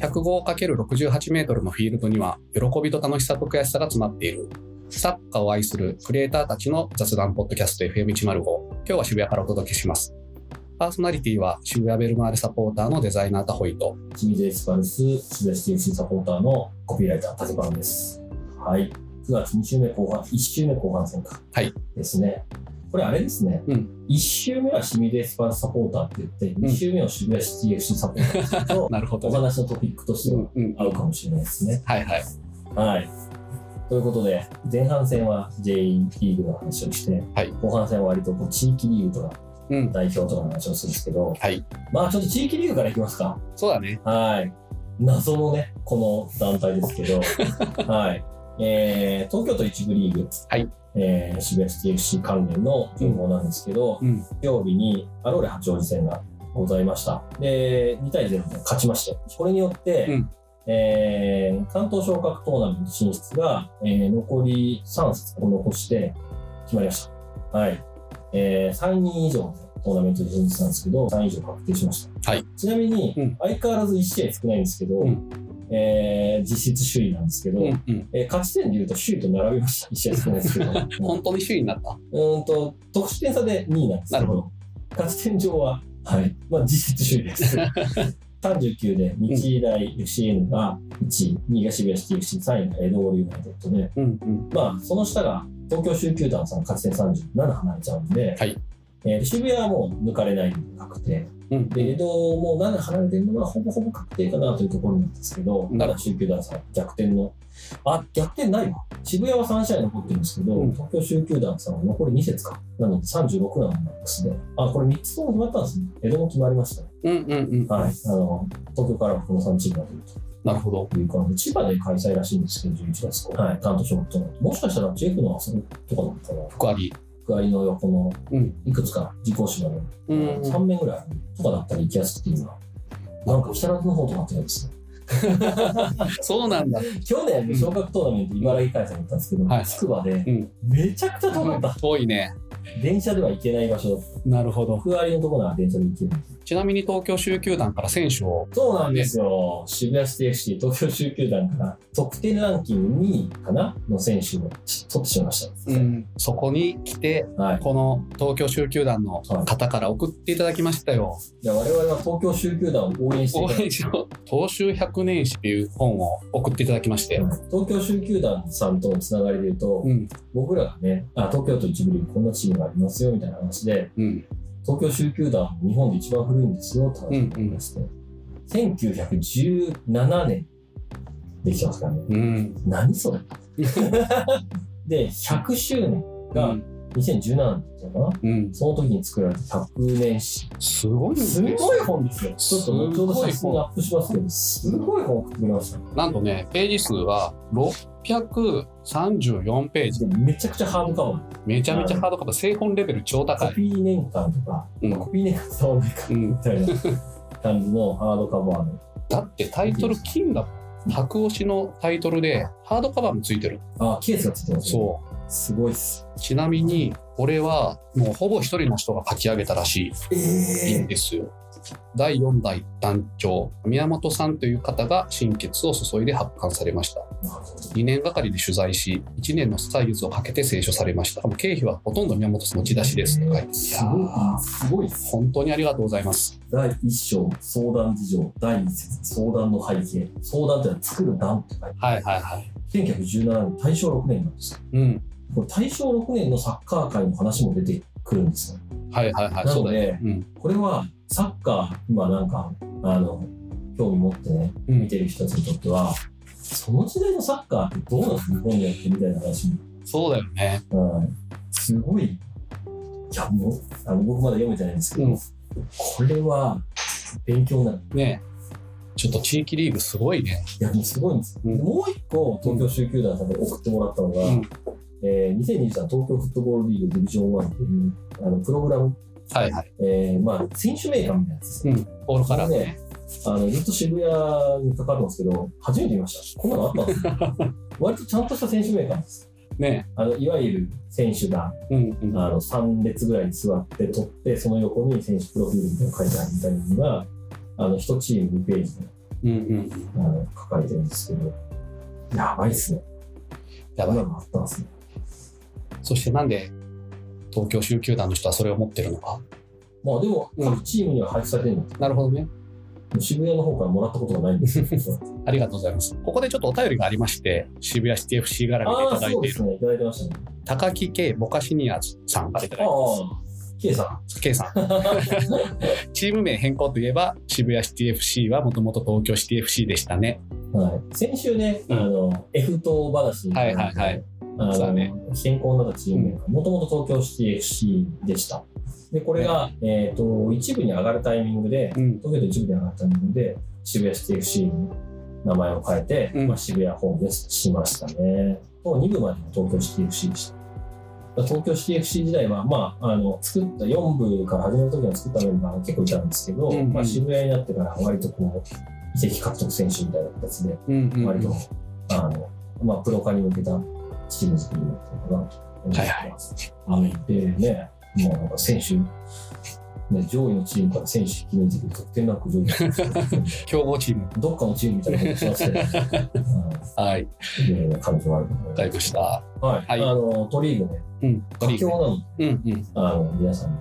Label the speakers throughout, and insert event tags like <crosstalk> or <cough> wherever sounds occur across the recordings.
Speaker 1: 105×68 メートルのフィールドには喜びと楽しさと悔しさが詰まっているサッカーを愛するクリエイターたちの雑談ポッドキャスト FM105 今日は渋谷からお届けしますパーソナリティは渋谷ベルマーレサポーターのデザイナータホイと
Speaker 2: 清水エスパルス渋谷 CFC サポーターのコピーライター竹番です。はい。9月2週目後半、1週目後半戦か。
Speaker 1: はい。
Speaker 2: ですね。これあれですね。
Speaker 1: う
Speaker 2: 1週目は清水エスパルスサポーターって言って、2週目を渋谷 CFC サポーターって言う
Speaker 1: <laughs>
Speaker 2: と、
Speaker 1: なるほど
Speaker 2: お話のトピックとしては
Speaker 1: うんうん
Speaker 2: 合うかもしれないですね。
Speaker 1: はいはい
Speaker 2: はい。ということで、前半戦は J リーグの話をして、
Speaker 1: はい
Speaker 2: 後半戦は割とこう地域リーグとか
Speaker 1: うん
Speaker 2: 代表とかの話をするんですけど、
Speaker 1: はい
Speaker 2: まあちょっと地域リーグからいきますか。
Speaker 1: そうだね
Speaker 2: はい。謎のね、この団体ですけど、
Speaker 1: <laughs>
Speaker 2: はい。えー東京都一部リーグ、
Speaker 1: はい
Speaker 2: えー渋谷 TFC 関連の情報なんですけど、
Speaker 1: うん
Speaker 2: 日曜日にアローレ八王子戦がございました。で、2対0で勝ちまして、これによって、
Speaker 1: うん
Speaker 2: えー関東昇格トーナメント進出が、えー残り3節を残して決まりました。はい。えー3人以上のトーナメント進出なんですけど、3以上確定しました。
Speaker 1: はい
Speaker 2: ちなみに、
Speaker 1: うん
Speaker 2: 相変わらず1試合少ないんですけど、
Speaker 1: うん
Speaker 2: えー実質首位なんですけど、
Speaker 1: うんうん
Speaker 2: えー勝ち点でいうと首位と並びました。1試合少ないですけど。うん
Speaker 1: <laughs> 本当に首位になった
Speaker 2: うーんと、得失点差で2位なんですけ
Speaker 1: なるほ
Speaker 2: ど、勝ち点上は、はい、まあ実質首位です。39で日大 FCN が1位、2位が渋谷シティ FC、3位が江戸オールユナイテッドで、
Speaker 1: うんうん
Speaker 2: まあその下が東京州球団さん勝ち点37離れちゃうんで、
Speaker 1: はい
Speaker 2: えー渋谷はもう抜かれない確定。
Speaker 1: うん
Speaker 2: で、江戸も7離れてるのはほぼほぼ確定かなというところなんですけど、
Speaker 1: なるほ
Speaker 2: た
Speaker 1: ど
Speaker 2: だ州球団さん逆転の、あ、逆転ないわ。渋谷は3試合残ってるんですけど、
Speaker 1: うん
Speaker 2: 東京州球団さんは残り2節か。なので36なんですね。あ、これ3つとも決まったんですね。江戸も決まりましたね。
Speaker 1: うんうんうん
Speaker 2: はい。あの、東京からはこの3チームが出る
Speaker 1: なるほど
Speaker 2: というか、千葉で開催らしいんですけど、11月後半。はい。担当ショットの。もしかしたら、ジェフのあそことかなのかな
Speaker 1: 福あり
Speaker 2: 区割りの横の
Speaker 1: うん、
Speaker 2: いくつか、自己芝の
Speaker 1: うん
Speaker 2: 3面ぐらいとかだったら行きやすくていいな。なんか、木更津の方とかあってないですね。
Speaker 1: そうなんだ
Speaker 2: 去年、昇格トーナメント茨城開催だったんですけど
Speaker 1: はい、
Speaker 2: つくば
Speaker 1: う
Speaker 2: で、
Speaker 1: ん
Speaker 2: めちゃくちゃ遠かった。
Speaker 1: 遠いね
Speaker 2: 電車では行けない場所だった。
Speaker 1: なるほど
Speaker 2: 区割りのところなら電車で行ける。
Speaker 1: ちなみに東京州球団から選手を
Speaker 2: そうなんですよ。渋谷シティ FC 東京州球団から得点ランキング2位かなの選手を取ってしまいました。
Speaker 1: うん、そこに来て
Speaker 2: はい。
Speaker 1: この東京州球団の方から送っていただきましたよ。
Speaker 2: じゃあ我々は東京州球団を応援してい
Speaker 1: 応
Speaker 2: かない
Speaker 1: 援しろ東州百年史っていう本を送っていただきまして、
Speaker 2: と東京州球団さんとのつながりで言うと、
Speaker 1: うん
Speaker 2: 僕らがね、あ、東京都一部リーグこんなチームがありますよみたいな話で、
Speaker 1: うん
Speaker 2: 東京州球団日本で一番古いんですよって話になりまして、1917年できてますからね。
Speaker 1: うん
Speaker 2: 何それで、100周年が2017年だったのか
Speaker 1: う
Speaker 2: な、
Speaker 1: ん、
Speaker 2: その時に作られた100年史。
Speaker 1: すごいです
Speaker 2: す
Speaker 1: ね。
Speaker 2: ごい本ですよ。ちょっと後ほど写
Speaker 1: す
Speaker 2: 真
Speaker 1: ごい
Speaker 2: にアップしますけど、すごい本送ってくれました。
Speaker 1: なんとねページ数は634ページ
Speaker 2: でめちゃくちゃハードカバ
Speaker 1: めちゃめちゃハードカバー製本レベル超
Speaker 2: ー。
Speaker 1: 高
Speaker 2: コ
Speaker 1: い。
Speaker 2: ピー年間とか、
Speaker 1: うん
Speaker 2: コピー年間伝わんないか
Speaker 1: うん
Speaker 2: み、たいな感じのハードカバーの。
Speaker 1: だってタイトル金だ白押しのタイトルでハードカバーもついてる。
Speaker 2: あ、ケースがついてますね。
Speaker 1: そう
Speaker 2: すごいっす。
Speaker 1: ちなみに俺はもうほぼ一人の人が書き上げたらしい。
Speaker 2: え
Speaker 1: いいんですよ。第4代団長、宮本さんという方が心血を注いで発刊されました。2年がかりで取材し、1年の歳月をかけて清書されました。もう経費はほとんど宮本さんの持ち出しです。と書いてあるい
Speaker 2: す
Speaker 1: や
Speaker 2: ごい
Speaker 1: ー、
Speaker 2: すごいっす。
Speaker 1: 本当にありがとうございます。
Speaker 2: 第1章、相談事情。第2節、相談の背景。相談ってのは作る段って書いて
Speaker 1: はいはいはい。
Speaker 2: ある。1917年、大正6年なんですよ。
Speaker 1: うん。
Speaker 2: これ大正6年のサッカー界の話も出てくるんですよ。
Speaker 1: はいはいはい。
Speaker 2: な
Speaker 1: そう
Speaker 2: の
Speaker 1: だね。
Speaker 2: で、
Speaker 1: うん。
Speaker 2: これはサッカー、今なんか、あの、興味持ってね、
Speaker 1: う
Speaker 2: 見
Speaker 1: ん、
Speaker 2: てる人たちにとっては、その時代のサッカーってどうなの日本でやってみたいな話も
Speaker 1: そうだよね。
Speaker 2: うんすごい。いや、もう、あの僕まだ読めてないんですけど、
Speaker 1: うん
Speaker 2: これは勉強になる。
Speaker 1: ねえちょっと地域リーグすごいね。
Speaker 2: いや、もうすごいんです。
Speaker 1: うん
Speaker 2: もう一個、東京州球団さんに送ってもらったのが、
Speaker 1: うん
Speaker 2: えー、2023東京フットボールリーグディビジョン1っていうあのプログラム、
Speaker 1: はいはい。
Speaker 2: えーまあ、選手メーカーみたいなやつです。
Speaker 1: うん。ボールからね。
Speaker 2: あのずっと渋谷にかかるんですけど、初めて見ました。こんなのあったんですか
Speaker 1: <laughs>
Speaker 2: 割とちゃんとした選手メーカーなんです。
Speaker 1: ね
Speaker 2: あのいわゆる選手が
Speaker 1: えうんうん。
Speaker 2: あの3列ぐらいに座って取ってその横に選手プロフィールみたいなの書いてあるみたいなのがあの1チーム2ページの
Speaker 1: うんうん。
Speaker 2: あの書かれてるんですけど、やばいっすね。
Speaker 1: やばい
Speaker 2: 今もあったんですね。
Speaker 1: そしてなんで東京州球団の人はそれを持ってるのか。
Speaker 2: まあでも、各チームには配布されてるの、
Speaker 1: なるほどね。
Speaker 2: 渋谷の方からもらったことがない
Speaker 1: <laughs>
Speaker 2: んですけど、
Speaker 1: ありがとうございます。ここでちょっとお便りがありまして、渋谷シティ FC 絡みでい
Speaker 2: あ
Speaker 1: た
Speaker 2: あ、
Speaker 1: だ
Speaker 2: そ
Speaker 1: いうて
Speaker 2: で
Speaker 1: いる、
Speaker 2: すね、いただいてましたね。
Speaker 1: 高木圭ボカシニアさんからいただ
Speaker 2: あ
Speaker 1: い
Speaker 2: あ
Speaker 1: てます。、
Speaker 2: K さ
Speaker 1: 圭さん。 <laughs> チーム名変更といえば、渋谷シティ FC はもともと東京シティ FC でしたね。
Speaker 2: ん。はい、先週ね、
Speaker 1: うん
Speaker 2: あの、F 党話に、
Speaker 1: はいはいはい。
Speaker 2: あ
Speaker 1: そうだ
Speaker 2: の、
Speaker 1: ね
Speaker 2: 変更になったチームが、もともと東京シティ FC でした。で、これが、えっ、と、一部に上がるタイミングで、
Speaker 1: うん。
Speaker 2: 東京都一部に上がるタイミングで、渋谷シティ FC に名前を変えて、
Speaker 1: うん
Speaker 2: まあ、渋谷ホームでしましたね。と、二部までが東京シティ FC でした。だから東京シティ FC 時代は、まあ、あの、作った、4部から始める時の作ったメンバーが結構いたんですけど、
Speaker 1: うんうん
Speaker 2: まあ、渋谷になってから割とこう、移籍獲得選手みたいな形で、
Speaker 1: うんうん、
Speaker 2: 割と、あの、まあ、プロ化に向けたチーム作りになったのかなと思ってます。はいでね、もうなんか選手、ね、上位のチームから選手引き抜いてくる得点ランク上位のチ
Speaker 1: <laughs>
Speaker 2: ーム
Speaker 1: 強豪チーム。
Speaker 2: どっかのチームみたいなことしま
Speaker 1: <laughs>
Speaker 2: すね。
Speaker 1: はい。
Speaker 2: うん、で感情があると思い
Speaker 1: わ
Speaker 2: ます
Speaker 1: かりました。
Speaker 2: はい、
Speaker 1: はい
Speaker 2: あの、トリーグね、
Speaker 1: うん。
Speaker 2: 佳境なので、
Speaker 1: うんうん。
Speaker 2: あの、皆さんに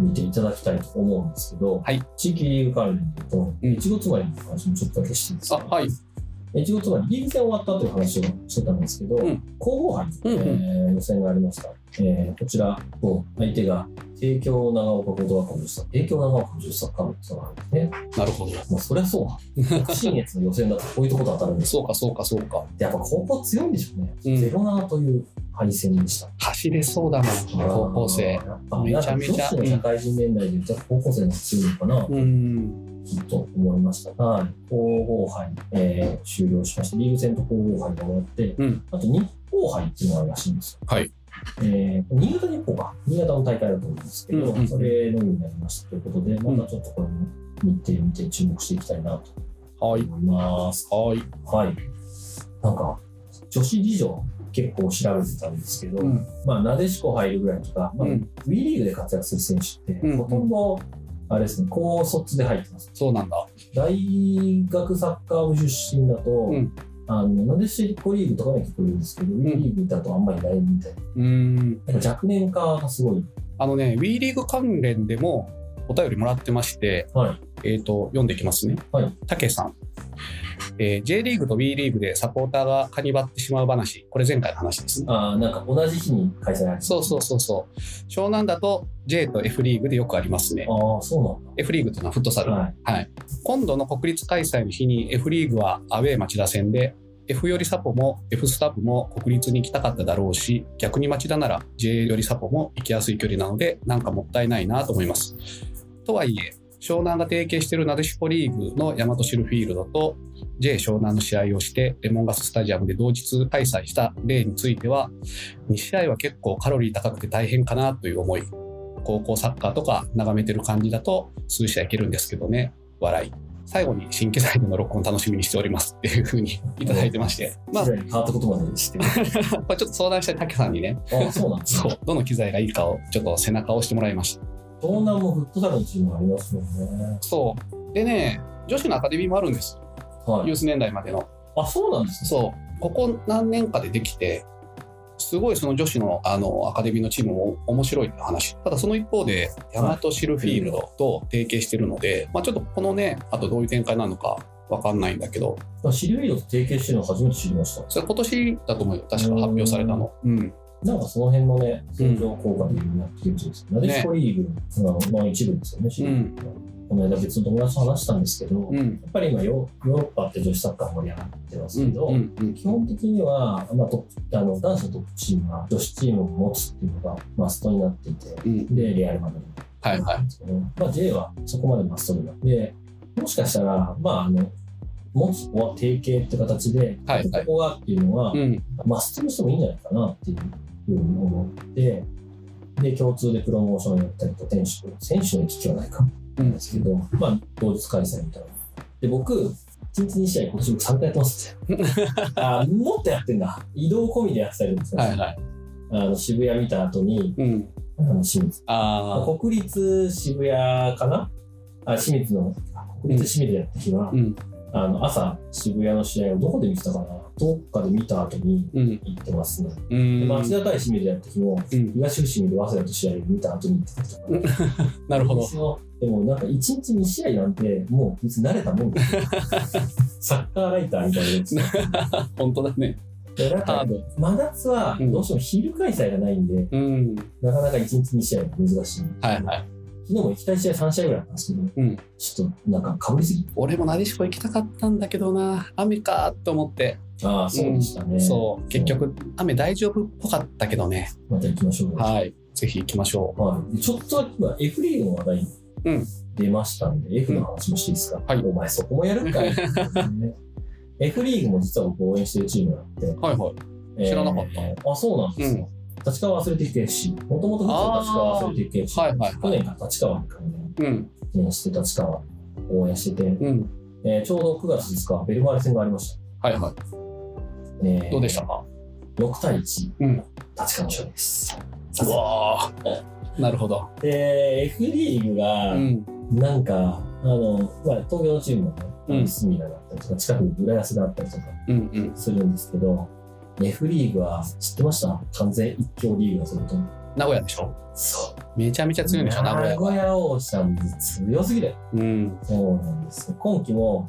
Speaker 2: 見ていただきたいと思うんですけど、
Speaker 1: はい
Speaker 2: 地域リーグ関連で言うと、
Speaker 1: うん
Speaker 2: いちごつまりの話もちょっとだけしていいです
Speaker 1: あ、
Speaker 2: か
Speaker 1: はい。
Speaker 2: え一応つまりリーグ戦終わったという話をしてたんですけど、
Speaker 1: うん
Speaker 2: 皇后杯、
Speaker 1: うんうん
Speaker 2: えー予選がありました、えーこちらを相手が帝京長岡高等学校女子サッカー帝京長岡女子サッカー部っていうのがあるんですね、
Speaker 1: なるほど。
Speaker 2: まあ、そりゃそうだ北信越の予選だとこういうところ当たるんですよ
Speaker 1: そうかそうかそうか。
Speaker 2: でやっぱ高校強いんでしょうね、
Speaker 1: うん
Speaker 2: ゼロ7という敗戦でした
Speaker 1: 走れそうだもん、高校生。
Speaker 2: め
Speaker 1: め
Speaker 2: ち
Speaker 1: ち
Speaker 2: ゃ
Speaker 1: ゃ
Speaker 2: め
Speaker 1: め
Speaker 2: ち
Speaker 1: ち
Speaker 2: ゃ
Speaker 1: ゃ
Speaker 2: 女子の社会人年代で言ったら高校生の強いのかな、
Speaker 1: うん。
Speaker 2: と思いましたが、皇后杯、えー終了しました。リーグ戦と皇后杯が終わって、
Speaker 1: うん
Speaker 2: あと日光杯っていうのがあるらしいんですよ。
Speaker 1: はい
Speaker 2: えー新潟日光か、新潟の大会だと思うんですけど、
Speaker 1: うんうん
Speaker 2: それのみになりましたということで、またちょっとこれも見て見て注目していきたいなと
Speaker 1: は
Speaker 2: 思い
Speaker 1: い。
Speaker 2: ます。
Speaker 1: はい。
Speaker 2: はい。なんか、女子事情結構調べてたんですけど、
Speaker 1: うん
Speaker 2: まあ、なでしこ入るぐらいとか、まあ、
Speaker 1: う
Speaker 2: WE
Speaker 1: ん。
Speaker 2: リーグで活躍する選手って、
Speaker 1: うん
Speaker 2: ほとんど、あれですね、高卒で入ってます。
Speaker 1: そうなんだ。
Speaker 2: 大学サッカー部出身だと、
Speaker 1: ん
Speaker 2: あのなでしこリーグとかね結構いるんですけど、ウィーリーグだとあんまりないみたいな
Speaker 1: うん。
Speaker 2: やっぱ若年化がすごい、
Speaker 1: あのね、WE リーグ関連でもお便りもらってまして、
Speaker 2: はい、
Speaker 1: えっ、と、読んでいきますね。
Speaker 2: はい。
Speaker 1: たけさん。えー J リーグと WE リーグでサポーターがカニバってしまう話。これ前回の話ですね。
Speaker 2: あーなんか同じ日に開催される
Speaker 1: そうそうそうそう。湘南だと J と F リーグでよくありますね。
Speaker 2: ああそう
Speaker 1: F リーグというのはフットサル。
Speaker 2: なんだ、はい、
Speaker 1: はい、今度の国立開催の日に F リーグはアウェー町田戦で F よりサポも F スタブも国立に行きたかっただろうし逆に町田なら J よりサポも行きやすい距離なのでなんかもったいないなと思います。とはいえ湘南が提携しているなでしこリーグの大和シルフィールドと J 湘南の試合をしてレモンガススタジアムで同日開催した例については2試合は結構カロリー高くて大変かなという思い高校サッカーとか眺めてる感じだと数試合いけるんですけどね笑い最後に新機材での録音楽しみにしておりますっていうふうにいただいてましてまあ
Speaker 2: 時代に変わったことまでして
Speaker 1: これちょっと相談したい竹さんにね
Speaker 2: ああそうなんです
Speaker 1: そ
Speaker 2: ね
Speaker 1: うどの機材がいいかをちょっと背中を押してもらいました
Speaker 2: 湘南もフットサルのチームがありますよね
Speaker 1: そうでね女子のアカデミーもあるんです
Speaker 2: は
Speaker 1: ユ
Speaker 2: い
Speaker 1: ース年代までの
Speaker 2: あそうなんですね
Speaker 1: そうここ何年かでできてすごいその女子のあのアカデミーのチームも面白いって話ただその一方で大和シルフィールドと提携してるので、まあ、ちょっとこのねあとどういう展開なのか分かんないんだけど
Speaker 2: まあシルビードと提携してるの初めて知りました
Speaker 1: それ今年だと思うよ確か発表されたのうん
Speaker 2: なんかその辺のね相乗効果でなってるんですなでしこリーグの、まあ、一部ですよねシルビードはこの間別の友達と話したんですけど、
Speaker 1: う
Speaker 2: や
Speaker 1: ん
Speaker 2: っぱり今ヨヨーロッパって女子サッカー盛り上がってますけど、
Speaker 1: うんうん
Speaker 2: 基本的には、まあ、トップあの男子のトップチームは女子チームを持つっていうのがマストになっていて
Speaker 1: うん
Speaker 2: でレアル・マドリード
Speaker 1: はいは
Speaker 2: なんですけど、まあ、J はそこまでマストになってもしかしたら、まあ、あの持つ子は提携って形で、
Speaker 1: はいはい
Speaker 2: ここがっていうのは、
Speaker 1: いうん
Speaker 2: マストにしてもいいんじゃないかなっていうふうに思ってで共通でプロモーションやったりと選手選手の行き来はないか
Speaker 1: うん
Speaker 2: ですけど、まあ、同日開催みたいな。で、僕、1日2試合、今年僕3回やってます
Speaker 1: <laughs>
Speaker 2: って。あーもっとやってんだ。移動込みでやってたりもする
Speaker 1: は
Speaker 2: んです
Speaker 1: い
Speaker 2: よ。
Speaker 1: はい
Speaker 2: あの渋谷見た後に、
Speaker 1: うん
Speaker 2: あの清水。
Speaker 1: ああ
Speaker 2: 国立渋谷かなあ、清水の、あ国立清水でやった日は、
Speaker 1: うん
Speaker 2: あの朝、渋谷の試合をどこで見てたかな、どっかで見た後に
Speaker 1: うん。
Speaker 2: 行ってますね。
Speaker 1: う
Speaker 2: で
Speaker 1: ん。
Speaker 2: 町田対清水でやった時も、
Speaker 1: うん。
Speaker 2: 東伏見で早稲田と試合を見た後に行ってたりとか、
Speaker 1: なるほど。
Speaker 2: でもなんか1日2試合なんて、もう別に慣れたもんで
Speaker 1: <laughs>
Speaker 2: サッカーライターみたいなやつ。
Speaker 1: 本当だね。
Speaker 2: でなん
Speaker 1: ハ
Speaker 2: か
Speaker 1: ード
Speaker 2: 真夏はどうしても昼開催がないんで、
Speaker 1: うん。
Speaker 2: なかなか1日2試合は難しい。
Speaker 1: はいはい。
Speaker 2: 昨日も行きたい試合3試合ぐらいあったんですけど、
Speaker 1: うん
Speaker 2: ちょっとなんかかぶりすぎて。
Speaker 1: 俺もなでしこ行きたかったんだけどな、雨かと思って。
Speaker 2: ああ、そうでしたね。
Speaker 1: そう。結局、雨大丈夫っぽかったけどね。
Speaker 2: また行きましょう。
Speaker 1: はい。ぜひ行きましょう。
Speaker 2: はいでちょっと今 F リーグの話題
Speaker 1: うん
Speaker 2: 出ましたんで、F の話もしていいですか、
Speaker 1: はい
Speaker 2: お前そこもやるん
Speaker 1: <laughs>
Speaker 2: かい、ね F リーグも実は僕応援してるチームがあって、
Speaker 1: はいはい。知らなかった
Speaker 2: た。あ、そうなんですか。立川忘れていく FC。もともと立川忘れていく FC。
Speaker 1: はいはい
Speaker 2: 去年から立川に関
Speaker 1: うん。
Speaker 2: 連して立川応援してて、
Speaker 1: うん。
Speaker 2: えーちょうど9月5日、ベルマーレ戦がありました。
Speaker 1: はいはい。
Speaker 2: えー
Speaker 1: どうでしたか
Speaker 2: ?6 対1、
Speaker 1: うん
Speaker 2: 立川の勝利です。
Speaker 1: うわーなるほど。
Speaker 2: で、F リーグが、
Speaker 1: うん。
Speaker 2: なんか、あの、まあ、東京のチームもね、あ
Speaker 1: う
Speaker 2: の
Speaker 1: ん
Speaker 2: 隅田があったりとか、近くに浦安があったりとか
Speaker 1: うんうん。
Speaker 2: するんですけど、F リーグは知ってました完全一強リーグだすると。
Speaker 1: 名古屋でしょ
Speaker 2: そう。
Speaker 1: めちゃめちゃ強いんでしょ、名古屋
Speaker 2: 名
Speaker 1: は。
Speaker 2: 古屋王さん強すぎる。
Speaker 1: うん。
Speaker 2: そうなんですよ。今季も、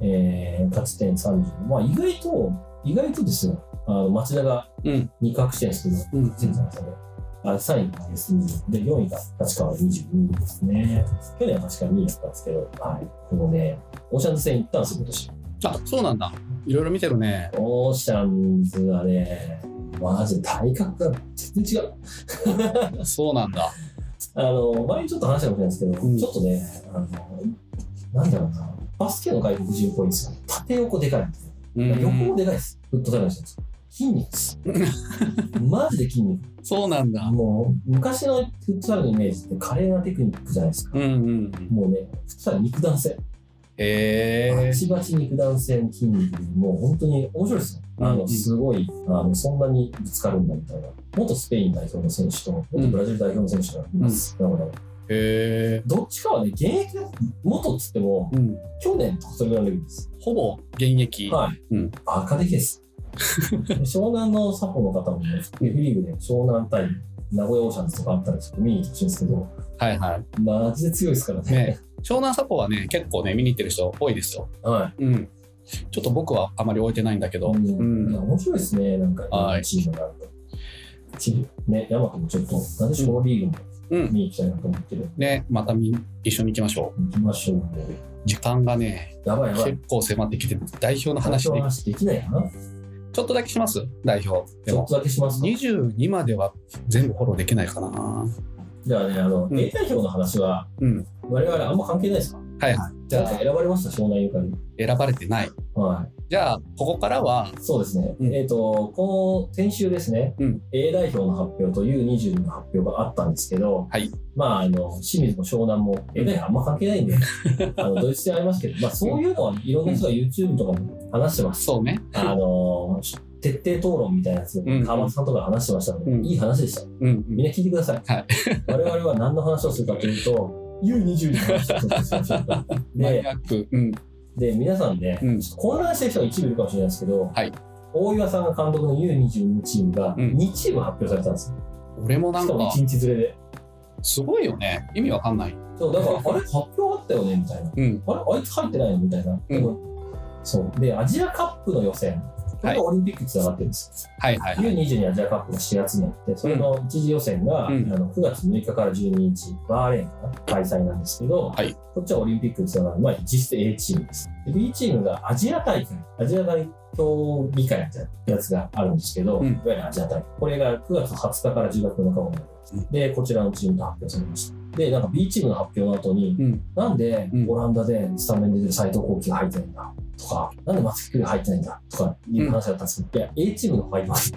Speaker 2: えー、勝ち点30。まあ、意外と、意外とですよ。あの、町田が
Speaker 1: うん。
Speaker 2: 2角してるんですけど、
Speaker 1: うん。
Speaker 2: センターで。あ3位がですね。で、4位が立川22位ですね。去年は確か2位だったんですけど、はい。このね、オーシャンズ戦行ったんですよ、今年。
Speaker 1: あ、そうなんだ。いろいろ見てるね。
Speaker 2: オーシャンズはね、マジで体格が全然違う。
Speaker 1: そうなんだ。
Speaker 2: あの、前にちょっと話したかもしれないですけど、
Speaker 1: うん
Speaker 2: ちょっとね、あの、なんだろうな、バスケの外国人っぽいんですよ。縦横でかいんですよ。
Speaker 1: うん
Speaker 2: 横もでかいです。フットサルの人たち。筋肉
Speaker 1: <laughs>
Speaker 2: です。マジで筋肉。
Speaker 1: そうなんだ。
Speaker 2: もう、昔のフットサルのイメージって華麗なテクニックじゃないですか。
Speaker 1: うんうん。
Speaker 2: もうね、普通は肉弾戦。バ
Speaker 1: へえ。
Speaker 2: チバチ肉弾戦筋肉で、もう本当に面白いですよ。あ
Speaker 1: うん
Speaker 2: の、すごい、あの、そんなにぶつかるんだみたいな。元スペイン代表の選手と、元ブラジル代表の選手がいます。なので、
Speaker 1: へえ。
Speaker 2: どっちかはね、現役だ、元っつっても、
Speaker 1: うん。
Speaker 2: 去年とかそれぐらいのレベルです。
Speaker 1: ほぼ現役。
Speaker 2: はい。
Speaker 1: うん
Speaker 2: バカでけです。湘南のサポの方もね、F リーグで湘南対名古屋オーシャンズとかあったらちょっと見に行ってほしいんですけど、
Speaker 1: はいはい。
Speaker 2: マジで強いですからね。
Speaker 1: ね、湘南サポはね、結構ね、見に行ってる人多いですよ。
Speaker 2: はい。
Speaker 1: うん。ちょっと僕はあまり置いてないんだけど。
Speaker 2: うん
Speaker 1: うん
Speaker 2: いや面白いですね、なんか、
Speaker 1: はい
Speaker 2: チームがあると。チームね、ヤマトもちょっと、なでしこのリーグ
Speaker 1: うん
Speaker 2: も見に行きたいなと思ってる。
Speaker 1: ね、またみ一緒に行きましょ
Speaker 2: 行きましょうね。
Speaker 1: う。時間がね、
Speaker 2: やばいやばい。
Speaker 1: 結構迫ってきて、代表の話
Speaker 2: の
Speaker 1: で、
Speaker 2: 話できないかな。
Speaker 1: ちょっとだけします代表。で
Speaker 2: ちょっ
Speaker 1: も、
Speaker 2: とだけしますか。
Speaker 1: 22までは全部フォローできないかな。
Speaker 2: じゃあね、あの、
Speaker 1: うん
Speaker 2: A 代表の話は、
Speaker 1: うん。
Speaker 2: 我々あんま関係ないですか
Speaker 1: はいはい。じ
Speaker 2: じゃ
Speaker 1: ゃ
Speaker 2: あ、
Speaker 1: あ、
Speaker 2: 選ばれました、湘南ゆかり。
Speaker 1: 選ばれてない。
Speaker 2: は
Speaker 1: じゃあ、ここからは、
Speaker 2: い。そうですね。
Speaker 1: うん
Speaker 2: えっ、と、この先週ですね、
Speaker 1: うん
Speaker 2: A 代表の発表と U22 の発表があったんですけど、
Speaker 1: はい
Speaker 2: まあ、あの、清水も湘南も A 代表あんま関係ない
Speaker 1: <laughs>
Speaker 2: んで、あのドイツ戦ありますけど、まあ、そういうのはいろんな人が YouTube とかも話してます。
Speaker 1: そうね。
Speaker 2: あの、徹底討論みたいなやつ、
Speaker 1: うん
Speaker 2: 川松さんとか話してましたので、
Speaker 1: うん
Speaker 2: いい話でした。
Speaker 1: うんうん。
Speaker 2: みんな聞いてください。
Speaker 1: はい
Speaker 2: 我々は何の話をするかというと、U22 の話をちょっとし
Speaker 1: <laughs>
Speaker 2: ましょうか。
Speaker 1: マニ
Speaker 2: で、
Speaker 1: アック。うん。
Speaker 2: で皆さんね、
Speaker 1: うん
Speaker 2: ちょっと混乱してる人が一部いるかもしれないですけど、
Speaker 1: はい
Speaker 2: 大岩さんが監督の U22 チームが
Speaker 1: うん
Speaker 2: 2チーム発表されたんですよ、
Speaker 1: 俺もな
Speaker 2: し
Speaker 1: ん
Speaker 2: かも
Speaker 1: か、
Speaker 2: 1日連れで。
Speaker 1: すごいよね。意味わかんない。
Speaker 2: そうだから、あれ、発表あったよねみたいな、
Speaker 1: うん。
Speaker 2: あれ、あいつ入ってないのみたいな、でもそうで、アジアカップの予選、これがオリンピックにつながってるんです
Speaker 1: はいはい
Speaker 2: よ、
Speaker 1: はい。
Speaker 2: U22 アジアカップが4月にあって、それの1次予選が、
Speaker 1: うん
Speaker 2: あの9月6日から12日、バーレーンかな開催なんですけど、
Speaker 1: はい
Speaker 2: こっちはオリンピックにつながる、まあ、実質 A チームです。で B チームがアジア大会、アジア大競技会ってやつがあるんですけど、
Speaker 1: うん
Speaker 2: いわゆるアジア大会。これが9月20日から10月7日まで
Speaker 1: うん
Speaker 2: で、こちらのチームと発表されました。で、なんか B チームの発表の後に、
Speaker 1: うん。
Speaker 2: なんで
Speaker 1: うん
Speaker 2: オランダでスタメンで出てる斎藤幸輝が入ってないんだとか、なんで松木が入ってないんだとかいう話だったんですけど、いや、A チームの方が入ってます。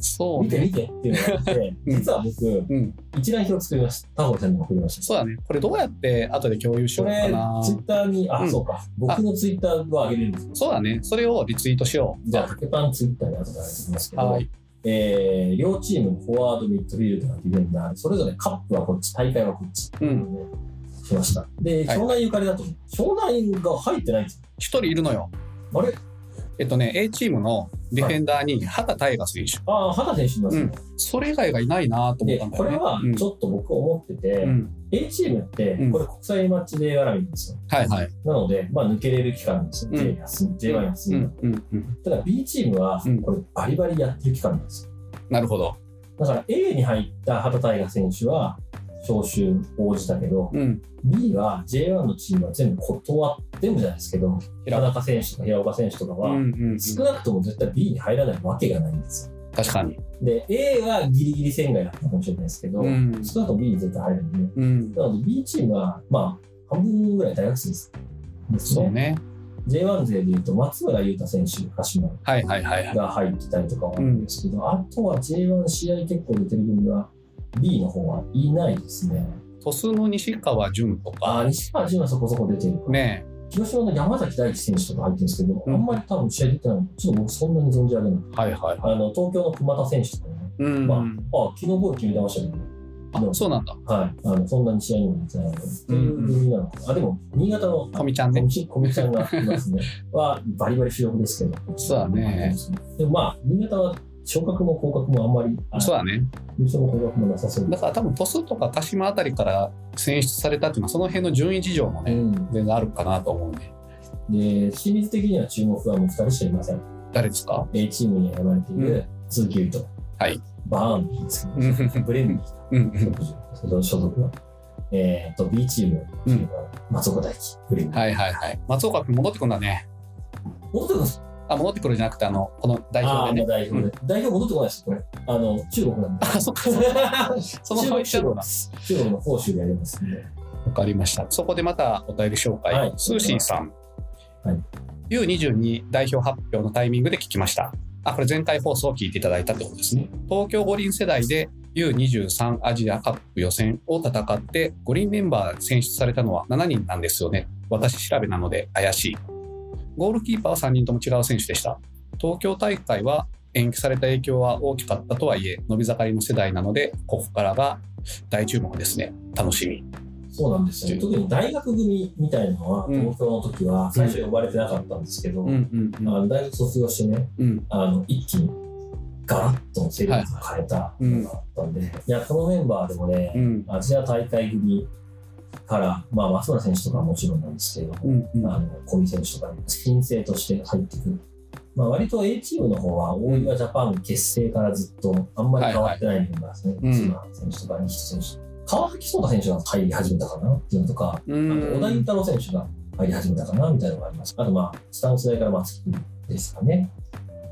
Speaker 1: そう
Speaker 2: <laughs> 見て
Speaker 1: ね。
Speaker 2: 見てっていうのがあって、
Speaker 1: うん
Speaker 2: 実は僕、
Speaker 1: うん。
Speaker 2: 一覧表を作りました。田堀さんにも送りました。
Speaker 1: そうだね。これどうやって後で共有し
Speaker 2: こ
Speaker 1: ようか
Speaker 2: れ、
Speaker 1: な。
Speaker 2: ツイッターに、あ、
Speaker 1: うん
Speaker 2: そうか。僕のツイッターは上げれるんですよ。
Speaker 1: そうだね。それをリツイートしよう。
Speaker 2: じゃあ、竹パンツイッターに後で上げてきますけど、
Speaker 1: はい。
Speaker 2: えー両チーム、フォワード、ミッドフィールダー、ディフェンダー、それぞれカップはこっち、大会はこっち。
Speaker 1: うん。
Speaker 2: 湘来ました。で、
Speaker 1: はい
Speaker 2: 湘南ゆかりだと、湘南が入ってないんですよ。
Speaker 1: 一人いるのよ。
Speaker 2: あれ
Speaker 1: えっとね、A チームのディフェンダーに畑大河選手。
Speaker 2: ああ、畑選手なんですね。
Speaker 1: それ以外がいないなと思っ
Speaker 2: で、
Speaker 1: たんだ
Speaker 2: こ
Speaker 1: よ
Speaker 2: れ
Speaker 1: ね。
Speaker 2: は
Speaker 1: うん
Speaker 2: ちょっと僕思ってて、
Speaker 1: うん
Speaker 2: A チームって
Speaker 1: うん、
Speaker 2: これ国際マッチデー絡みなんですよ。
Speaker 1: はいはい。
Speaker 2: なので、まあ抜けれる期間ですよ。
Speaker 1: うん
Speaker 2: J 休み、J1 休
Speaker 1: う
Speaker 2: み。
Speaker 1: んうんうん。
Speaker 2: ただ B チームは
Speaker 1: うん、
Speaker 2: これバリバリやってる期間なんですよ。
Speaker 1: なるほど。
Speaker 2: だから A に入った畑大河選手は、招集応じたけど、
Speaker 1: うん。
Speaker 2: B は J1 のチームは全部断って、全部じゃないですけど、
Speaker 1: 平
Speaker 2: 平
Speaker 1: 岡
Speaker 2: 中選手とか平岡選手とか
Speaker 1: うん
Speaker 2: は、
Speaker 1: うんうん。
Speaker 2: 少なくとも絶対 B に入らないわけがないんですよ。
Speaker 1: 確かに。
Speaker 2: で、A はギリギリ圏外だったかもしれないですけど、
Speaker 1: うん
Speaker 2: 少なくとも B に絶対入るんで、
Speaker 1: うん。
Speaker 2: なので B チームは、まあ、半分ぐらい大学生です。です
Speaker 1: そう
Speaker 2: ね。
Speaker 1: ね。
Speaker 2: J1 勢でいうと、松村優太選手、鹿島
Speaker 1: はいはいはいはい。
Speaker 2: が入ってたりとかはあるんですけど、あとは J1 試合結構出てる組は、B の方はいないですね。
Speaker 1: 鳥栖の西川潤と
Speaker 2: あ
Speaker 1: か
Speaker 2: あ、、西川潤はそこそこ出てるか。
Speaker 1: ね
Speaker 2: 広島の山崎大地選手とか入ってるんですけど、
Speaker 1: うん
Speaker 2: あんまり多分試合出てないの、ちょっと僕そんなに存じ上げない。
Speaker 1: え。はいはい
Speaker 2: あ
Speaker 1: はい。
Speaker 2: の東京の熊田選手とかね、
Speaker 1: うん。
Speaker 2: まあ、昨日ゴール決めてましたけど、
Speaker 1: あ、そうなんだ。
Speaker 2: はい、あのそんなに試合にも出てないので、っていう組なのかな。あ、でも、新潟の
Speaker 1: かみちゃんね
Speaker 2: 小。道小道ちゃんがいますね。は、バリバリ主力ですけど。
Speaker 1: そうだね。
Speaker 2: でもまあ、新潟は昇格も降格もあんまり、あ
Speaker 1: そうだね。
Speaker 2: 優勝も降格もなさそうで
Speaker 1: だから多分、鳥栖とか鹿島あたりから選出されたっていうのは、その辺の順位事情もね、
Speaker 2: うん、
Speaker 1: 全然あるかなと思うんで。
Speaker 2: で、清水的には注目はもう2人しかいません。
Speaker 1: 誰ですか
Speaker 2: A チームに選ばれている鈴木優斗、
Speaker 1: はい
Speaker 2: バーンビーですけ
Speaker 1: う
Speaker 2: ど
Speaker 1: ん
Speaker 2: ブレンビー
Speaker 1: うん
Speaker 2: その所属は。えっと、B チーム、
Speaker 1: うん
Speaker 2: 松岡大輝、ブレンビー。
Speaker 1: はいはいはい。松岡君戻ってくるんだね。
Speaker 2: 戻ってこないです。
Speaker 1: あ、戻ってくるじゃなくて、あの、この代
Speaker 2: あ
Speaker 1: 表
Speaker 2: あ
Speaker 1: で
Speaker 2: ー、
Speaker 1: ね。
Speaker 2: 代表で。代表戻ってこないです、これ。あの、中国なんで。
Speaker 1: あ、そっか。その
Speaker 2: 中
Speaker 1: まま行
Speaker 2: 国
Speaker 1: っちゃ
Speaker 2: 中
Speaker 1: うのか。
Speaker 2: 国です中国の報酬でやりますんで。
Speaker 1: わかりました。そこでまたお便り紹介。
Speaker 2: はい
Speaker 1: スーシーさん。
Speaker 2: はい
Speaker 1: U22 代表発表のタイミングで聞きました。あ、これ前回放送を聞いていただいたってことですね。東京五輪世代で U23 アジアカップ予選を戦って五輪メンバー選出されたのは7人なんですよね。私調べなので怪しい。ゴールキーパーは3人とも違う選手でした。東京大会は延期された影響は大きかったとはいえ、伸び盛りの世代なので、ここからが大注目ですね。楽しみ。
Speaker 2: そうなんですよ。特に大学組みたいなのは、
Speaker 1: うん
Speaker 2: 東京の時は最初呼ばれてなかったんですけど、
Speaker 1: うん
Speaker 2: あの大学卒業してね、
Speaker 1: うんうん、
Speaker 2: あの一気にガラッと勢力を変えたのがあったんで、いや、このメンバーでもね、
Speaker 1: うん
Speaker 2: アジア大会組から、まあ、松村選手とかはもちろんなんですけれども、
Speaker 1: うんうん
Speaker 2: あの小見選手とかに新生として入ってくる。まあ、割と A チームの方は、大岩ジャパン結成からずっとあんまり変わってないメンバーですね。
Speaker 1: いはいうん
Speaker 2: 松村選手とか西選手。川崎颯太選手が入り始めたかなっていうのとか、
Speaker 1: う
Speaker 2: あと小田裕太郎選手が入り始めたかなみたいなのがあります。あと、まあ、下の世代から松木君ですかね。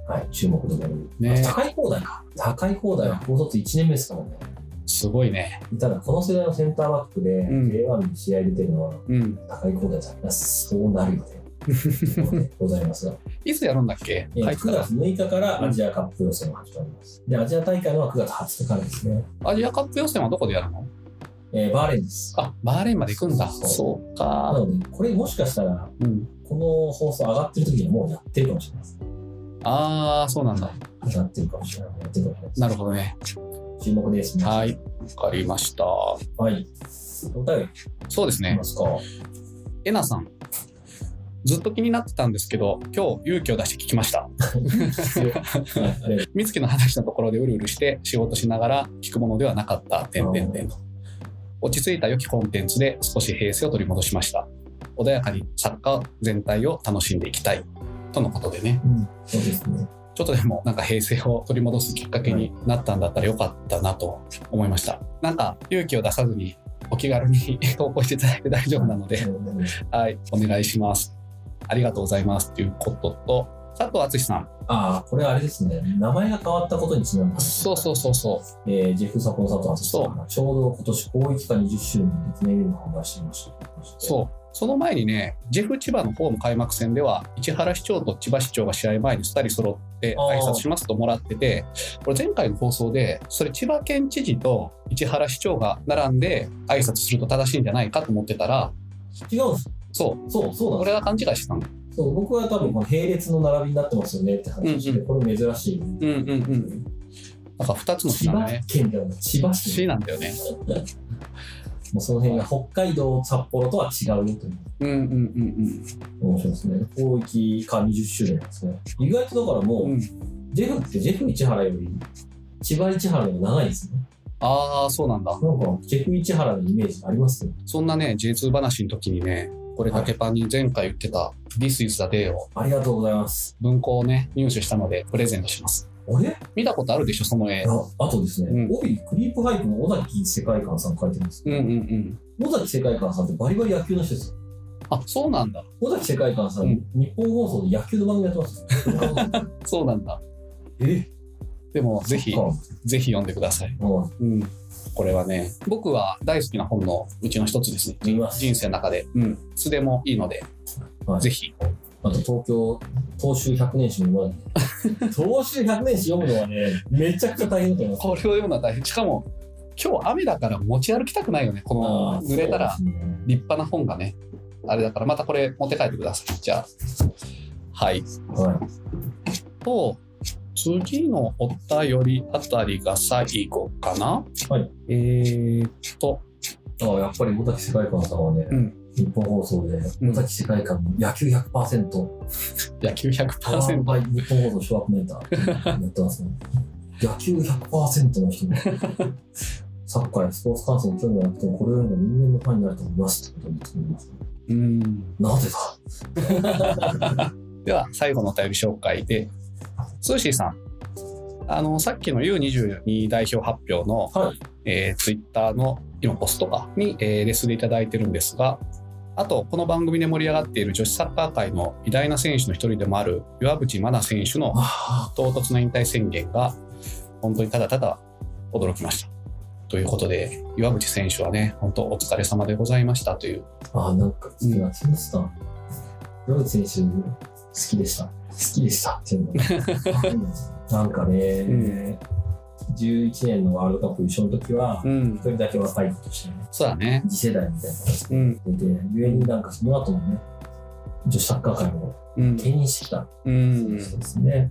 Speaker 2: はい、注目度がいる。
Speaker 1: ね
Speaker 2: 高い放題か。高い放題は高卒1年目ですからね。
Speaker 1: すごいね。
Speaker 2: ただ、この世代のセンターバックで
Speaker 1: うん
Speaker 2: J1 に試合出てるのは
Speaker 1: うん、
Speaker 2: 高い高台だからそうなるよね。ということでございますが、
Speaker 1: いつやるんだっけ
Speaker 2: えー
Speaker 1: 大
Speaker 2: 9
Speaker 1: 会
Speaker 2: 月6日からアジアカップ予選が始まります。で、アジア大会のは9月20日からですね。
Speaker 1: アジアカップ予選はどこでやるの
Speaker 2: えーバーレンです。
Speaker 1: あバーレーンまで行くんだ。
Speaker 2: そう
Speaker 1: そう
Speaker 2: な
Speaker 1: か。
Speaker 2: ので、これもしかしたら、
Speaker 1: うん、
Speaker 2: この放送上がってる時にはもうやってるかもしれないです。
Speaker 1: ああ、そうなんだ。
Speaker 2: やってるかもしれない。やってるかもしれないです。
Speaker 1: なるほどね。
Speaker 2: 注目ですね。
Speaker 1: はい。わかりました。
Speaker 2: はい。お便りい
Speaker 1: そうです
Speaker 2: き
Speaker 1: ね <laughs>
Speaker 2: ま。すか。
Speaker 1: えなさん。ずっと気になってたんですけど、今日勇気を出して聞きました。
Speaker 2: 必要はいありがと
Speaker 1: 美月の話のところでうるうるして仕事しながら聞くものではなかった点点点と落ち着いた良きコンテンツで少し平静を取り戻しました穏やかにサッカー全体を楽しんでいきたいとのことでね
Speaker 2: ううん。そうですね。
Speaker 1: ちょっとでもなんか平静を取り戻すきっかけになったんだったらよかったなと思いましたなんか勇気を出さずにお気軽に投稿していただいて大丈夫なの
Speaker 2: <laughs>
Speaker 1: ではいお願いしますありがとうございますということと佐藤敦さん
Speaker 2: ああ、これあれですね。名前が変わったことにちなんで。
Speaker 1: そうそうそうそう
Speaker 2: えージェフ・サポーサートアさんがちょうど今年公益化20周年で記念日の販売していました。
Speaker 1: そう。その前にね、ジェフ千葉のホーム開幕戦では、市原市長と千葉市長が試合前に2人揃って
Speaker 2: あー
Speaker 1: 挨拶しますともらってて、これ前回の放送で、それ千葉県知事と市原市長が並んで挨拶すると正しいんじゃないかと思ってたら、
Speaker 2: 違うんです。
Speaker 1: そう、
Speaker 2: そう、そうなんで
Speaker 1: 俺が勘違いしてたの。
Speaker 2: す。そう僕は多分この並列の並びになってますよねって話をして、
Speaker 1: うん
Speaker 2: これ珍しい。
Speaker 1: うんうんうん。なんか2つの市
Speaker 2: 千
Speaker 1: なん
Speaker 2: 葉
Speaker 1: だね。
Speaker 2: 県だよね。千葉市。
Speaker 1: 市なんだよね。
Speaker 2: もうその辺が北海道、札幌とは違うよという。
Speaker 1: うんうんうん
Speaker 2: 面白いですね。広域化20周年ですね。意外とだからもう、
Speaker 1: うんうん。
Speaker 2: ジェフってジェフ市原より千葉市原の方が長いですね。
Speaker 1: ああ、そうなんだ。
Speaker 2: なんか、ジェフ市原のイメージありますね。
Speaker 1: そんなね、J2 話の時にね、これ、竹パンに前回言ってた This is the day を
Speaker 2: ありがとうございます。
Speaker 1: 文庫をね、入手したのでプレゼントします。
Speaker 2: あれ
Speaker 1: 見たことあるでしょ、その絵。
Speaker 2: ああとですね、
Speaker 1: うん
Speaker 2: 帯、クリープハイプの尾崎世界観さん書いてます。
Speaker 1: うんうんうん。
Speaker 2: 尾崎世界観さんってバリバリ野球の人ですよ。
Speaker 1: あ、そうなんだ。
Speaker 2: 尾崎世界観さん、
Speaker 1: うん
Speaker 2: 日本放送で野球の番組やっ
Speaker 1: <laughs>
Speaker 2: てます。
Speaker 1: そうなんだ。
Speaker 2: え
Speaker 1: でも、ぜひ
Speaker 2: そ、っか
Speaker 1: ぜひ読んでください。
Speaker 2: うん、
Speaker 1: うん。これはね、僕は大好きな本のうちの一つですね。
Speaker 2: 見ます。
Speaker 1: 人生の中で。うん。いつでもいいので、
Speaker 2: はい
Speaker 1: ぜひ。
Speaker 2: あと東京、東州百年史も読まない。
Speaker 1: <laughs>
Speaker 2: 東州百年史読むのはね、めちゃくちゃ大変だと思います。
Speaker 1: これを読むのは大変。しかも、今日雨だから持ち歩きたくないよね。この濡れたら
Speaker 2: そうですね
Speaker 1: 立派な本がね。あれだから、またこれ持って帰ってください。じゃあ。はい。
Speaker 2: は
Speaker 1: と、次のお便りあたりが最後かな。
Speaker 2: はい。
Speaker 1: えーっと、
Speaker 2: い。ああ、やっぱり大滝世界観さんはね、
Speaker 1: うん
Speaker 2: 日本放送で、
Speaker 1: うん
Speaker 2: 大滝世界観の野球100%、
Speaker 1: 野球
Speaker 2: パワー
Speaker 1: 100%。
Speaker 2: バイ日本放送ショーアップメーターやってますね。野球100%の人も、サッカーやスポーツ観戦に興味がなくても、これよりも人間のファンになると思いますってことを言ってみます。
Speaker 1: うん。
Speaker 2: なぜ
Speaker 1: では最後のお便り紹介でスーシーさんあのさっきの U22 代表発表の、
Speaker 2: だはい。
Speaker 1: えツイッター Twitter の今ポストかに、えーレスでいただいてるんですがあとこの番組で盛り上がっている女子サッカー界の偉大な選手の一人でもある岩渕真奈選手の
Speaker 2: あ
Speaker 1: 唐突な引退宣言が本当にただただ驚きました。ということで岩渕選手はね本当お疲れ様でございましたという
Speaker 2: ーあー、なんか好きなテニスだ。野口選手、好きでした。好きでしたっていうのがうんなんかね、
Speaker 1: ん
Speaker 2: 11年のワールドカップ優勝の時は、
Speaker 1: ん
Speaker 2: 一人だけ若い子としてね、
Speaker 1: そうだね
Speaker 2: 次世代みたいなの
Speaker 1: うん
Speaker 2: が出て、故になんかその後もね、女子サッカー界も
Speaker 1: うん
Speaker 2: 牽引してきた
Speaker 1: う
Speaker 2: 人
Speaker 1: ん
Speaker 2: ですね。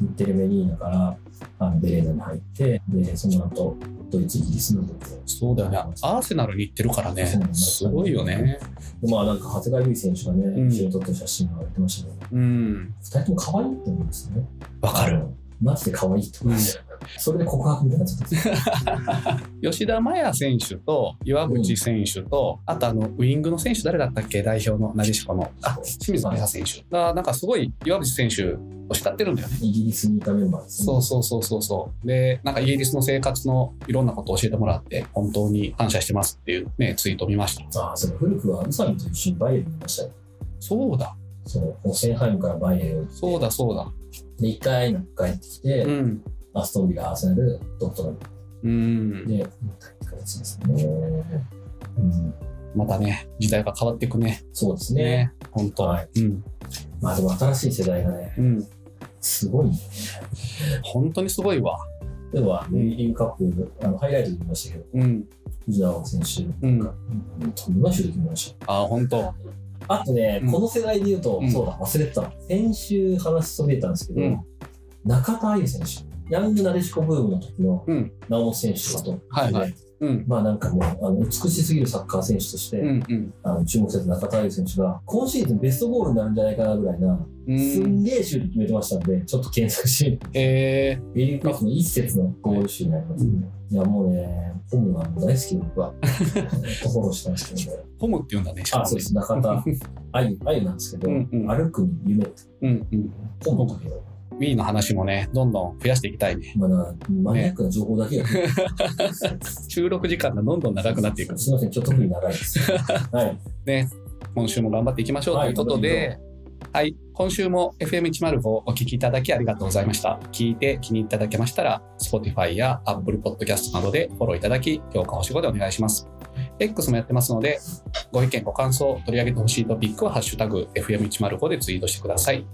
Speaker 2: 日テレベリーナからあのベレーナに入って、で、その後、ドイツ、イギリスなどで、
Speaker 1: そうだよね。アーセナルに行ってるからね
Speaker 2: そうなん。だ
Speaker 1: すごいよね。
Speaker 2: でまあなんか長谷川優衣選手が
Speaker 1: うん
Speaker 2: ね、一緒に撮った写真が上がってましたけど、
Speaker 1: うん。
Speaker 2: 二人とも可愛いって思うんですよね。
Speaker 1: わかる。。
Speaker 2: マジで可愛いって思いました。それで告白みたいになっちゃったんですよ。
Speaker 1: 吉田麻也選手と岩渕選手と、あとあのウイングの選手誰だったっけ代表のなでしこのあ清水美沙選手がなんかすごい岩渕選手を慕ってるんだよね。
Speaker 2: イギリスにいたメンバーですね。
Speaker 1: そうそうそうそうそう。でなんかイギリスの生活のいろんなことを教えてもらって本当に感謝してますっていうねツイート見ました。
Speaker 2: ああ、そう古くは宇佐美と一緒にバイエルンにいましたよ。
Speaker 1: そうだ
Speaker 2: そう、ホッセンハイムからバイエルンに行って
Speaker 1: そうだそうだ。
Speaker 2: で、一回なんか帰ってきて、
Speaker 1: うん
Speaker 2: アストンビラ、アーセナル、ドットラム
Speaker 1: うん。
Speaker 2: で、引退って形ですね。うん、
Speaker 1: またね時代が変わっていくね。
Speaker 2: そうですね。
Speaker 1: ね本当。
Speaker 2: はい
Speaker 1: うん
Speaker 2: まあでも新しい世代がね、
Speaker 1: うん。
Speaker 2: すごいね。
Speaker 1: 本当にすごいわ。
Speaker 2: では、B リーグカップ、あのハイライトで見ましたけど、
Speaker 1: うん。
Speaker 2: 藤田選手、
Speaker 1: うん
Speaker 2: なんか、うん、とんでもないシュート決めました。
Speaker 1: あ、本当。
Speaker 2: あとね、
Speaker 1: うん
Speaker 2: この世代で言うと、
Speaker 1: うん
Speaker 2: そうだ、忘れてたの。先週話しそびれたんですけど、
Speaker 1: うん
Speaker 2: 中田愛選手、ヤングなでしこブームの時の
Speaker 1: うん。
Speaker 2: 直本選手だと、
Speaker 1: はいはい。うん。
Speaker 2: まあなんかもうあの美しすぎるサッカー選手として、
Speaker 1: うん。
Speaker 2: あの注目された中田愛選手が、今シーズンベストゴールになるんじゃないかなぐらいな、
Speaker 1: う
Speaker 2: す
Speaker 1: ん。
Speaker 2: んげえシュート決めてましたんで、ちょっと検索してみて、
Speaker 1: えー、
Speaker 2: ビリーグカップの一節のゴール集になりますね。いやもうね、ホムが大好きで
Speaker 1: <laughs>
Speaker 2: 僕は、とフォローしてましたので、
Speaker 1: ホムって言うんだね。しかも
Speaker 2: あ、そうです、中田愛、愛なんですけど、
Speaker 1: うんうん
Speaker 2: 歩くに夢って、
Speaker 1: うんうん。
Speaker 2: ホムの時の
Speaker 1: Wii の話もね、どんどん増やしていきたいね。
Speaker 2: まあな、マニアックな情報だけが、
Speaker 1: 収録時間がどんどん長くなっていく。
Speaker 2: すみません、ちょっと特に長いです。はい。
Speaker 1: ね。今週も頑張っていきましょうということで、はい。今週も FM105 をお聞きいただきありがとうございました。聞いて気に入っていただけましたら、Spotify や Apple Podcast などでフォローいただき、評価星5でお願いします。X もやってますので、ご意見、ご感想、取り上げてほしいトピックは、ハッシュタグ FM105 でツイートしてください。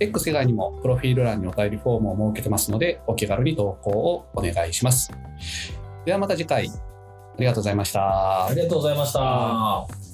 Speaker 1: X 以外にも、プロフィール欄にお便りフォームを設けてますので、お気軽に投稿をお願いします。ではまた次回、ありがとうございました
Speaker 2: あ。りがとうございました。